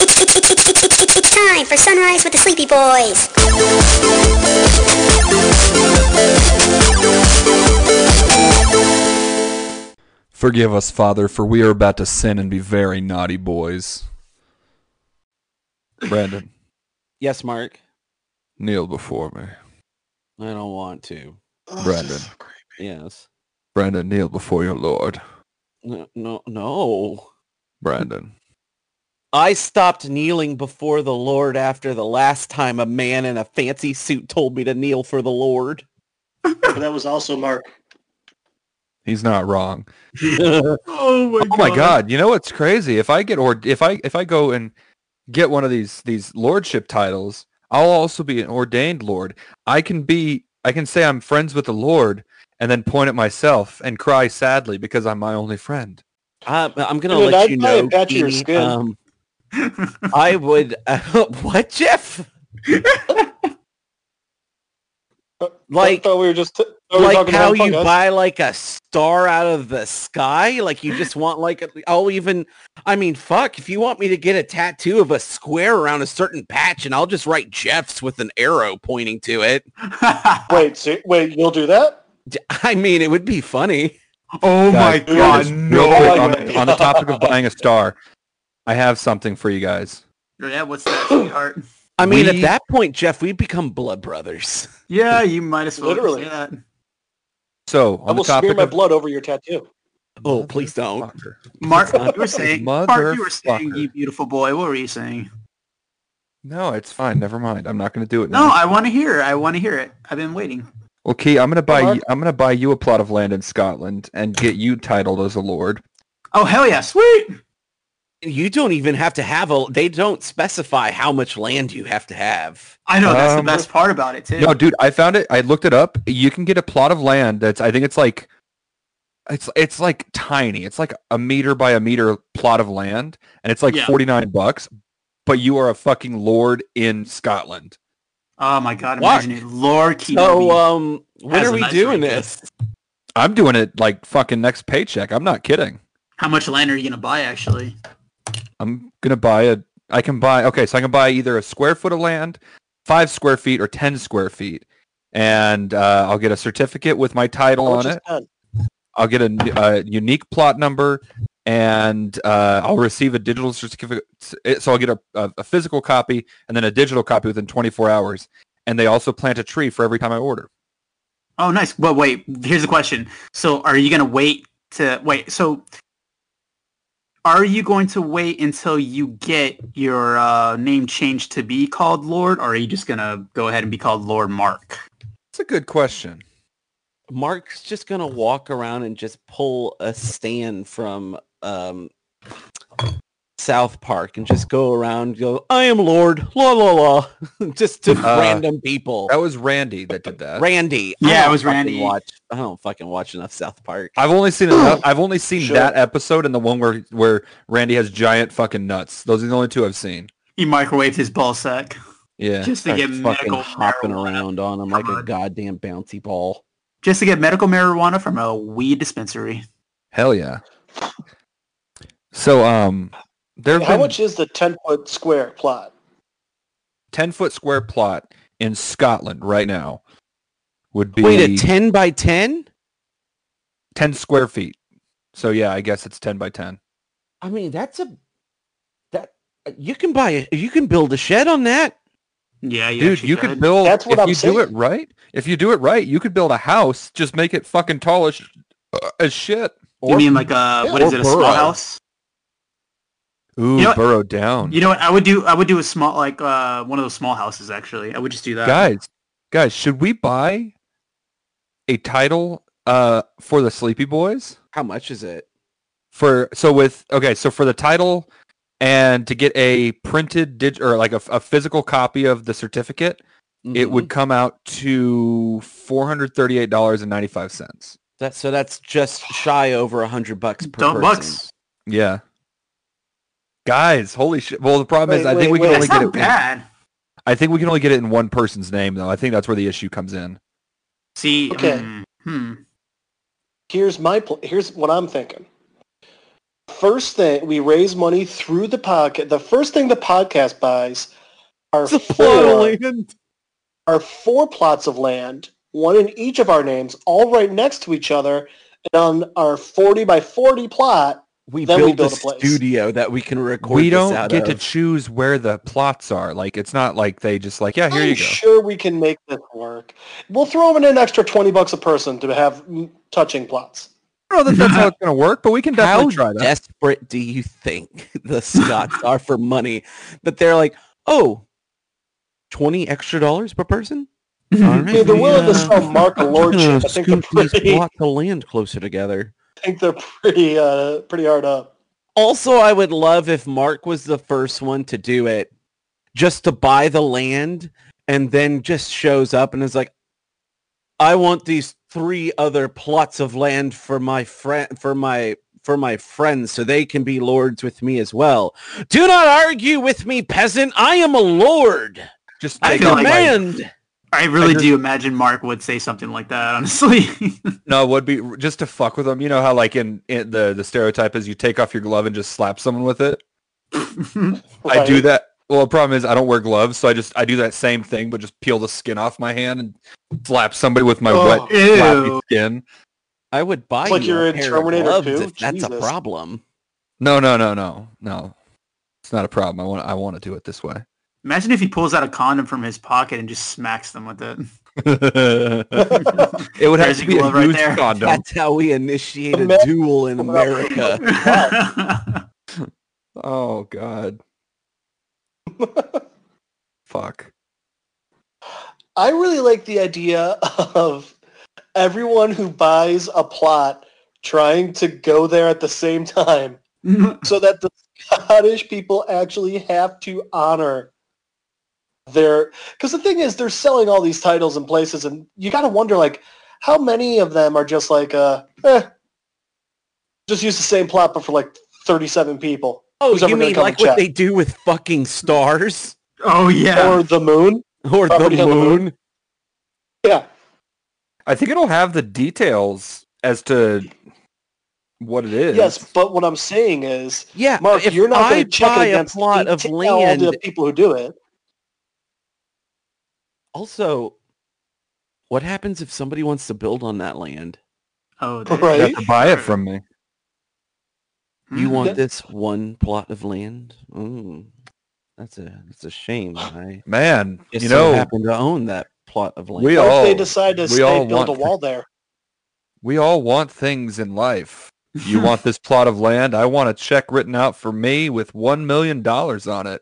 It's, it's, it's, it's, it's, it's, it's time for Sunrise with the Sleepy Boys. Forgive us, Father, for we are about to sin and be very naughty boys. Brandon, Yes, Mark. kneel before me. I don't want to. Brandon. Yes. Brandon, kneel before your Lord. No, no, no. Brandon. I stopped kneeling before the Lord after the last time a man in a fancy suit told me to kneel for the Lord. But that was also Mark. He's not wrong. Oh my Oh my God! You know what's crazy? If I get or if I if I go and get one of these these lordship titles, I'll also be an ordained lord. I can be I can say I'm friends with the Lord, and then point at myself and cry sadly because I'm my only friend. I, I'm gonna Dude, let I'd you buy a know. patch of your Keeney, skin. Um, I would. what, Jeff? I Like, thought we were just t- thought we were like talking how about you podcast. buy like a star out of the sky? Like you just want like a- I'll even. I mean, fuck. If you want me to get a tattoo of a square around a certain patch, and I'll just write Jeff's with an arrow pointing to it. Wait, so, wait, you'll do that? D- I mean, it would be funny. oh my Guys, god, real quick, no. on, the, on the topic of buying a star, I have something for you guys. Yeah, what's that, sweetheart? I mean, We- at that point, Jeff, we become blood brothers. Yeah, you might as well Literally. say that. So on I the will smear topic my of blood over your tattoo. Oh, please don't. Fucker. Mark, you were saying, Mark, you were saying, Motherfucker. you beautiful boy. What were you saying? No, it's fine. Never mind. I'm not going to do it. No, Now. I want to hear. it. I want to hear it. I've been waiting. Well, Key, I'm going to buy. Mark. You, I'm going to buy you a plot of land in Scotland and get you titled as a lord. Oh hell yeah, sweet. You don't even have to have a. They don't specify how much land you have to have. I know that's Um, the best part about it too. No, dude, I found it. I looked it up. You can get a plot of land that's. I think it's like. It's it's like tiny. It's like a meter by a meter plot of land, and it's like Yeah. 49 bucks. But you are a fucking lord in Scotland. oh my god, Mark. imagine it. Lore keep. So, um, when Has are a we nice doing range. this? I'm doing it like fucking next paycheck. I'm not kidding. How much land are you gonna buy actually? I'm gonna buy a. I can buy. Okay, so I can buy either a square foot of land, five square feet, or ten square feet, and uh, I'll get a certificate with my title How much on is it. that? I'll get a, n- a unique plot number, and uh, I'll receive a digital certificate. So I'll get a, a, a physical copy and then a digital copy within 24 hours. And they also plant a tree for every time I order. Oh nice. But wait, here's the question. So are you gonna wait to wait? So are you going to wait until you get your uh, name changed to be called Lord, or are you just gonna go ahead and be called Lord Mark? That's a good question. Mark's just gonna walk around and just pull a stand from um South Park and just go around and go, I am Lord, la la la just to Uh, random people. That was Randy that did that. Randy. I Yeah, it don't was fucking Randy. Watch I don't fucking watch enough South Park. I've only seen enough, I've only seen Sure. that episode and the one where where Randy has giant fucking nuts. Those are the only two I've seen. He microwaved his ball sack. Yeah. Just to Start get fucking medical hopping marijuana. around on them like a God. goddamn bouncy ball. Just to get medical marijuana from a weed dispensary. Hell yeah. So um there have How been much is the ten foot square plot? 10 foot square plot in Scotland right now would be Wait, a ten by ten? 10 square feet. So yeah, I guess it's 10 by 10. I mean that's a that you can buy a, you can build a shed on that. Yeah, you Dude, actually you could. could build That's what if I'm you do saying. it right. If you do it right, you could build a house, just make it fucking tall as, uh, as shit. You mean like a what is or it? A small burrow. house? Ooh, You know- burrow down. You know what? I would do. I would do a small like uh, one of those small houses. Actually, I would just do that. guys, guys, should we buy a title uh for the Sleepy Boys? How much is it? For so with okay, so for the title and to get a printed dig or like a, a physical copy of the certificate, it Mhm. would come out to four hundred thirty-eight dollars and ninety-five cents. That so that's just shy over a hundred bucks per Dumb person. bucks. Yeah, guys, holy shit! Well, the problem is, Wait, I think wait, we can wait. only That's get not it. bad. I think we can only get it in one person's name, though. I think that's where the issue comes in. See, Okay. hmm, hmm. Here's my pl- here's what I'm thinking. First thing we raise money through the podcast. The first thing the podcast buys are It's a plot of four, land. are four plots of land, one in each of our names, all right next to each other, and on our forty by forty plot. We Then we build, build a, a place. studio that we can record. we this don't out get to of. choose where the plots are. Like it's not like they just like yeah here I'm you go. sure we can make this work. We'll throw in an extra twenty bucks a person to have mm, touching plots. I don't know that that's how it's gonna work, but we can How definitely try that. desperate do you think the Scots are for money that they're like, oh, 20 extra dollars per person? All right, I mean, they're we, willing to uh, sell Mark a gonna lordship. I think they're scoot these pretty. I plot to land closer together. think they're pretty. Uh, pretty hard up. Also, I would love if Mark was the first one to do it, just to buy the land and then just shows up and is like, I want these three other plots of land for my friend for my for my friends so they can be lords with me as well. Do not argue with me, peasant. I am a lord. Just I I take feel out like- my- command. I really I just- do imagine Mark would say something like that. Honestly, no, it would be just to fuck with them. You know how like in, in the the stereotype is you take off your glove and just slap someone with it. I do Right. that. Well, the problem is I don't wear gloves, so I just I do that same thing, but just peel the skin off my hand and slap somebody with my Oh, wet, ew. flappy skin. I would buy It's like you you're a in pair Terminator of gloves 2. if that's a Jesus. problem. No, no, no, no, no. It's not a problem. I want I want to do it this way. imagine if he pulls out a condom from his pocket and just smacks them with it. it would have There's to a be a glove right used there. condom. That's how we initiate a Imagine- duel in America. Oh God, fuck. I really like the idea of everyone who buys a plot trying to go there at the same time so that the Scottish people actually have to honor their because the thing is they're selling all these titles and places and you got to wonder like how many of them are just like uh eh, just use the same plot but for like 37 people Oh, Who's ever you gonna mean come like and what check? they do with fucking stars oh yeah. or the moon or the Property on the moon. moon? yeah I think it'll have the details as to what it is. yes but what i'm saying is Yeah, Mark, if you're not I going to check buy a against plot of 18 all land, the people who do it. also, what happens if somebody wants to build on that land? Oh, you Right. have to buy it from me. You Mm. want Mm-hmm. Yeah. this one plot of land? Mm, that's a that's a shame. I Man, just you so know, happen to own that plot of land. we What if all they decide to we stay, all build want a wall there? we all want things in life. You want this plot of land? I want a check written out for me with one million dollars on it.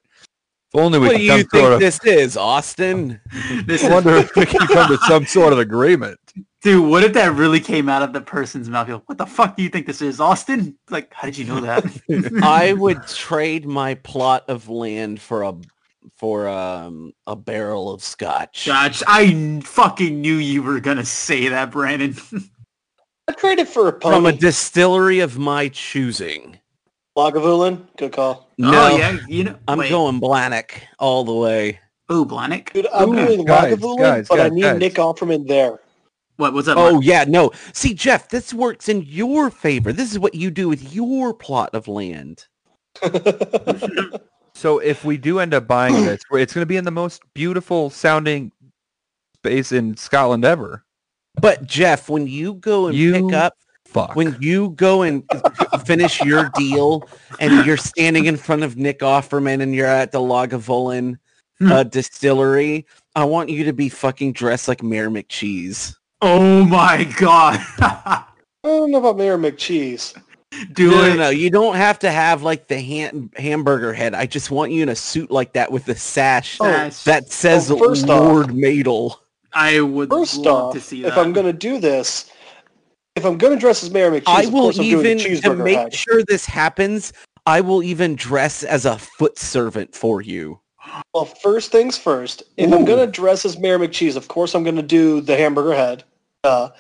If only we what could do you come sort think of. this is, Austin? This I is- wonder if we can come to some sort of agreement. Dude, what if that really came out of the person's mouth? You're like, what the fuck do you think this is, Austin? Like, how did you know that? I would trade my plot of land for a for um a barrel of scotch. Josh, I kn- fucking knew you were gonna say that, Brandon. I trade it for a from a pony. distillery of my choosing. Lagavulin, good call. Oh yeah, you know. I'm wait. going Blahnik all the way. Ooh, Blahnik. Dude, I'm Ooh, doing guys, Lagavulin, guys, but I guys, need guys. Nick Offerman there. What? What's up? Mark? Oh yeah, no. See, Jeff, this works in your favor. This is what you do with your plot of land. So if we do end up buying this, it's going to be in the most beautiful sounding space in Scotland ever. But Jeff, when you go and You- pick up, Fuck. when you go and finish your deal, and you're standing in front of Nick Offerman, and you're at the Lagavulin uh, distillery, I want you to be fucking dressed like Mayor McCheese. Oh my god. I don't know about Mayor McCheese. Do no, it. no, no. You don't have to have like the ham- hamburger head. I just want you in a suit like that with a sash Sash. that says Oh, first off- Lord Madel. I would First love off, to see that. if I'm going to do this, if I'm going to dress as Mayor McCheese, I of will course I'm even doing the to cheeseburger make head. sure this happens. I will even dress as a foot servant for you. Well, first things first. If Ooh. I'm going to dress as Mayor McCheese, of course I'm going to do the hamburger head. Uh,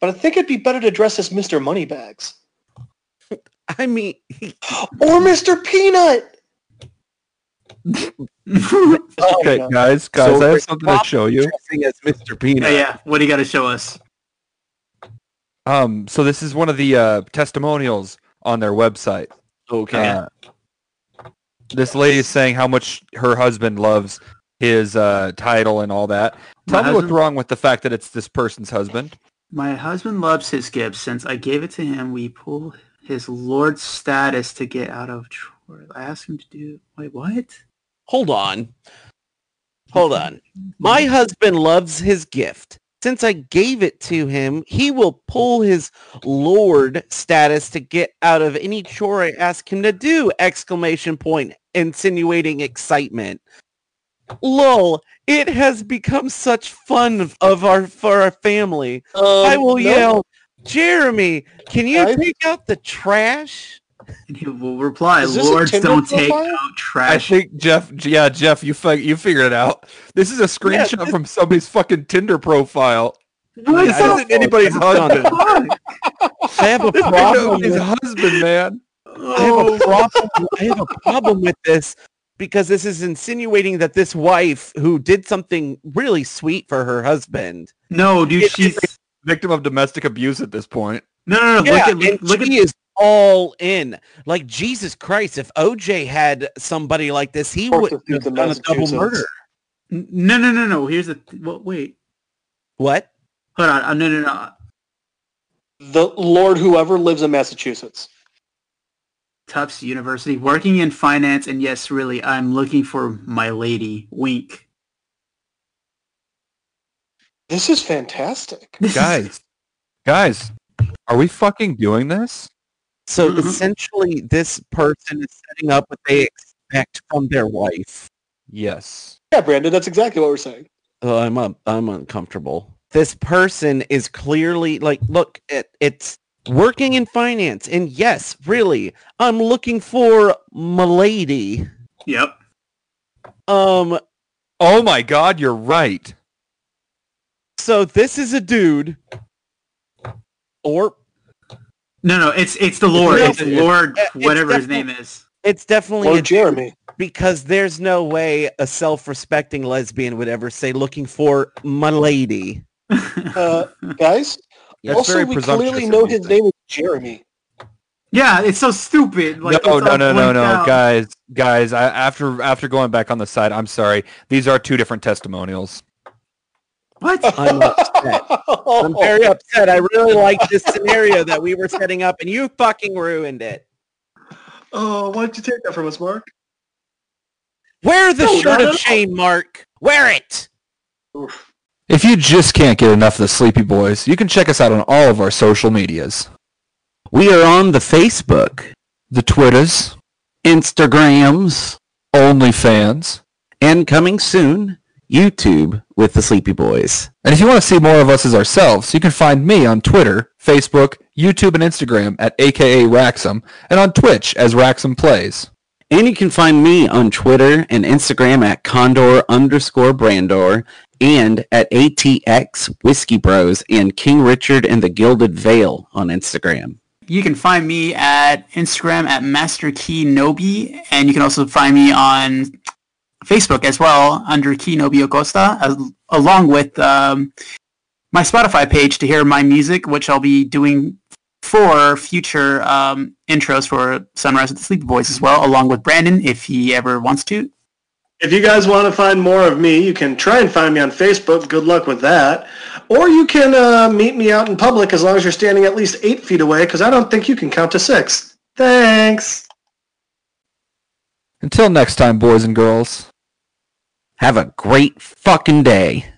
but I think it'd be better to dress as Mr. Moneybags. I mean, Or Mr. Peanut! Oh, okay, no. guys, guys, So I we're have something to show Oh, you. dressing as Mr. Peanut. yeah, yeah. What do you got to show us? Um, so this is one of the uh, testimonials on their website. Okay. Uh, this lady is saying how much her husband loves his uh, title and all that. My Tell me what's husband- wrong with the fact that it's this person's husband. My husband loves his gift. Since I gave it to him, we pull his lord status to get out of trouble. I asked him to do. Wait, what? Hold on. Hold on. My husband loves his gift. Since I gave it to him, he will pull his lord status to get out of any chore I ask him to do! Exclamation point, insinuating excitement. Lol, it has become such fun of our for our family. I Um, will yell, Jeremy, can you Oh, I- take out the trash? And he will reply, Is this a "Lords Tinder don't take profile? out I trash." think Jeff. Yeah, Jeff, you fi- you figured it out. This is a screenshot this- from somebody's fucking Tinder profile. What This I don't isn't anybody's husband. fuck? I have a This is problem nobody's with husband, man. I have a Oh, problem. I have a problem with this because this is insinuating that this wife who did something really sweet for her husband. no, dude, It- she's Victim of domestic abuse at this point. no, no, no. yeah, look at and look, look she at is all in. Like Jesus Christ, if OJ had somebody like this, he Fourth would of have Fifth in done a double Massachusetts. murder. no, no, no, no. Here's the th- well, wait. What? Hold on. Uh, no, no, no. the Lord whoever lives in Massachusetts. Tufts University, working in finance, and yes, really, I'm looking for my lady. Wink. This is fantastic. This is- Guys, guys, are we fucking doing this? So Mhm. essentially, this person is setting up what they expect from their wife. Yes. Yeah, Brandon, that's exactly what we're saying. Oh, I'm up. I'm uncomfortable. This person is clearly like, look, it, it's working in finance, and yes, really, I'm looking for milady. yep. Um, Oh my God, you're right. so this is a dude, or No, no. It's it's the Lord. no, It's it's- Lord, it's whatever his definitely- name is. it's definitely a Lord Jeremy. because there's no way a self-respecting lesbian would ever say looking for milady. Uh, guys, That's also very we presumptuous clearly of know me, his but- name is Jeremy. yeah, it's so stupid. Like, no, it's no, all no, no, blanked no, out. guys, guys. I, after after going back on the side, I'm sorry. These are two different testimonials. What? I'm upset. I'm very upset. I really like this scenario that we were setting up, and you fucking ruined it. Oh, why don't you take that from us, Mark? Wear the No, shirt no, no. of shame, Mark. Wear it. If you just can't get enough of the Sleepy Boys, you can check us out on all of our social medias: We are on the Facebook, the Twitters, Instagrams, OnlyFans, and coming soon, YouTube with the Sleepy Boys. and if you want to see more of us as ourselves, you can find me on Twitter, Facebook, YouTube, and Instagram at AKA Raxum, and on Twitch as Raxum Plays. And you can find me on Twitter and Instagram at Condor underscore Brandor and at ATX Whiskey Bros and King Richard and the Gilded Veil on Instagram. You can find me at Instagram at MasterKeyNobi, and you can also find me on Facebook as well under Key Nobi Acosta, as, along with um, my Spotify page to hear my music, which I'll be doing for future um, intros for Sunrise with the Sleepy Boys as well, along with Brandon if he ever wants to. If you guys want to find more of me, you can try and find me on Facebook. Good luck with that. Or you can uh, meet me out in public as long as you're standing at least eight feet away, because I don't think you can count to six. Thanks. Until next time, boys and girls. Have a great fucking day.